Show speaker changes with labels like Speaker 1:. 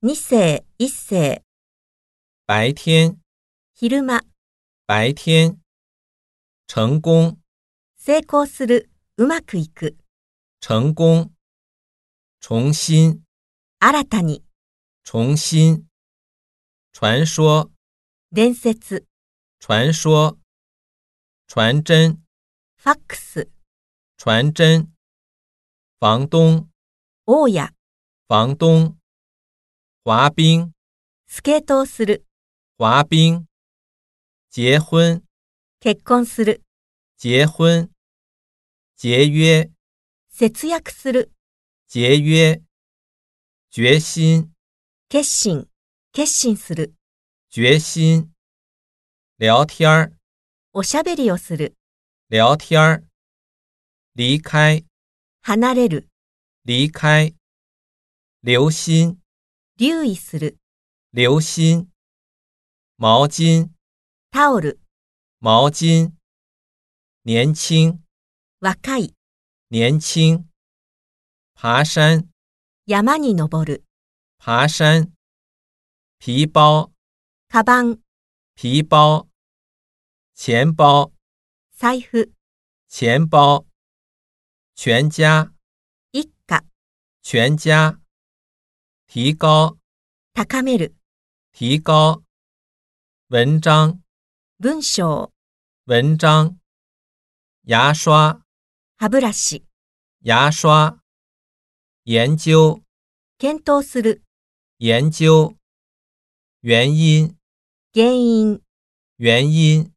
Speaker 1: 二世、一世、
Speaker 2: 白天，
Speaker 1: 昼間、
Speaker 2: 白天。成功，
Speaker 1: 成功する、うまくいく、
Speaker 2: 成功。重新，
Speaker 1: 新たに、
Speaker 2: 重新。传说，
Speaker 1: 伝説、
Speaker 2: 传说。传真，
Speaker 1: ファックス、
Speaker 2: 传真。房东，
Speaker 1: 大家、
Speaker 2: 房东。滑冰，
Speaker 1: スケートをする、
Speaker 2: 滑冰。结婚，
Speaker 1: 結婚する、
Speaker 2: 结婚。节约，
Speaker 1: 節約する、
Speaker 2: 节约。决心，
Speaker 1: 決心、決心する、
Speaker 2: 决心。聊天儿，
Speaker 1: おしゃべりをする、
Speaker 2: 聊天儿。离开，
Speaker 1: 離れる、
Speaker 2: 离开。留心，
Speaker 1: 留意する、
Speaker 2: 留心。毛巾，
Speaker 1: タオル、
Speaker 2: 毛巾。年轻，
Speaker 1: 若い、
Speaker 2: 年轻。爬山，
Speaker 1: 山に登る、
Speaker 2: 爬山。皮包，
Speaker 1: カバン、
Speaker 2: 皮包。钱包，
Speaker 1: 財布、
Speaker 2: 钱包。全家，
Speaker 1: 一家、
Speaker 2: 全家。提高，
Speaker 1: 高める、
Speaker 2: 提高。文章，
Speaker 1: 文章、
Speaker 2: 文章。牙刷，
Speaker 1: 歯ブラシ、
Speaker 2: 牙刷。研究，
Speaker 1: 検討する、
Speaker 2: 研究。原因，
Speaker 1: 原因。
Speaker 2: 原因。